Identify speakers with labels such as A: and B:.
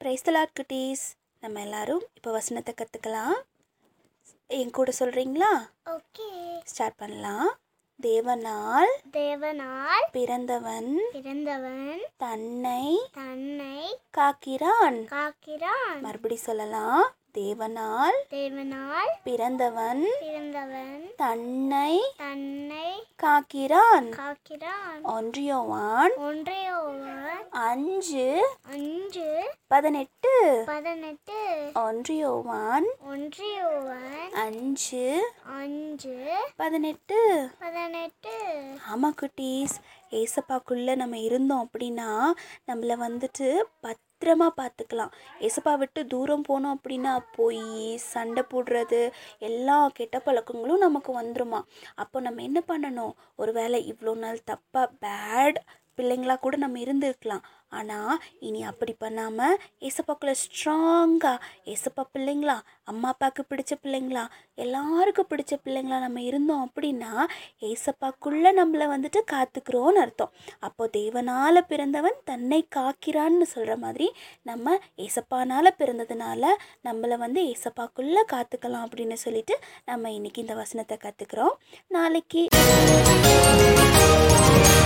A: praise the Lord குட்டீஸ் நம்ம எல்லாரும் இப்போ வசனத்தை கற்றுக்கலாம் என் கூட சொல்கிறீங்களா
B: ஓகே
A: ஸ்டார்ட் பண்ணலாம் தேவனால்
B: தேவனால்
A: பிறந்தவன்
B: பிறந்தவன்
A: தன்னை
B: தன்னை
A: காக்கிறான்
B: காக்கிறான்
A: மறுபடி சொல்லலாம் தேவனால்
B: தேவனால்
A: பிறந்தவன்
B: பிறந்தவன்
A: தன்னை
B: தன்னை
A: காக்கிறான்
B: காக்கிறான்
A: ஒன்றியோவான்
B: ஒன்றையோவன்
A: அஞ்சு
B: அஞ்சு
A: பதினெட்டு
B: பதினெட்டு
A: ஒன்றியோவான்
B: ஒன்றையோவன்
A: அஞ்சு
B: அஞ்சு
A: பதினெட்டு
B: பதினெட்டு
A: ஆமாம் குட்டீஸ் ஏசப்பாக்குள்ளே நம்ம இருந்தோம் அப்படின்னா நம்மளை வந்துட்டு பத்திரமா பார்த்துக்கலாம் ஏசப்பா விட்டு தூரம் போனோம் அப்படின்னா போய் சண்டை போடுறது எல்லா கெட்ட பழக்கங்களும் நமக்கு வந்துருமா அப்போ நம்ம என்ன பண்ணணும் ஒருவேளை இவ்வளோ நாள் தப்பாக பேட் பிள்ளைங்களா கூட நம்ம இருந்திருக்கலாம் ஆனால் இனி அப்படி பண்ணாமல் ஏசப்பாக்குள்ளே ஸ்ட்ராங்காக ஏசப்பா பிள்ளைங்களா அம்மா அப்பாவுக்கு பிடிச்ச பிள்ளைங்களா எல்லாருக்கும் பிடிச்ச பிள்ளைங்களா நம்ம இருந்தோம் அப்படின்னா ஏசப்பாக்குள்ளே நம்மளை வந்துட்டு காத்துக்கிறோன்னு அர்த்தம் அப்போ தேவனால் பிறந்தவன் தன்னை காக்கிறான்னு சொல்கிற மாதிரி நம்ம ஏசப்பானால் பிறந்ததுனால நம்மளை வந்து ஏசப்பாக்குள்ளே காத்துக்கலாம் அப்படின்னு சொல்லிட்டு நம்ம இன்னைக்கு இந்த வசனத்தை கற்றுக்குறோம் நாளைக்கு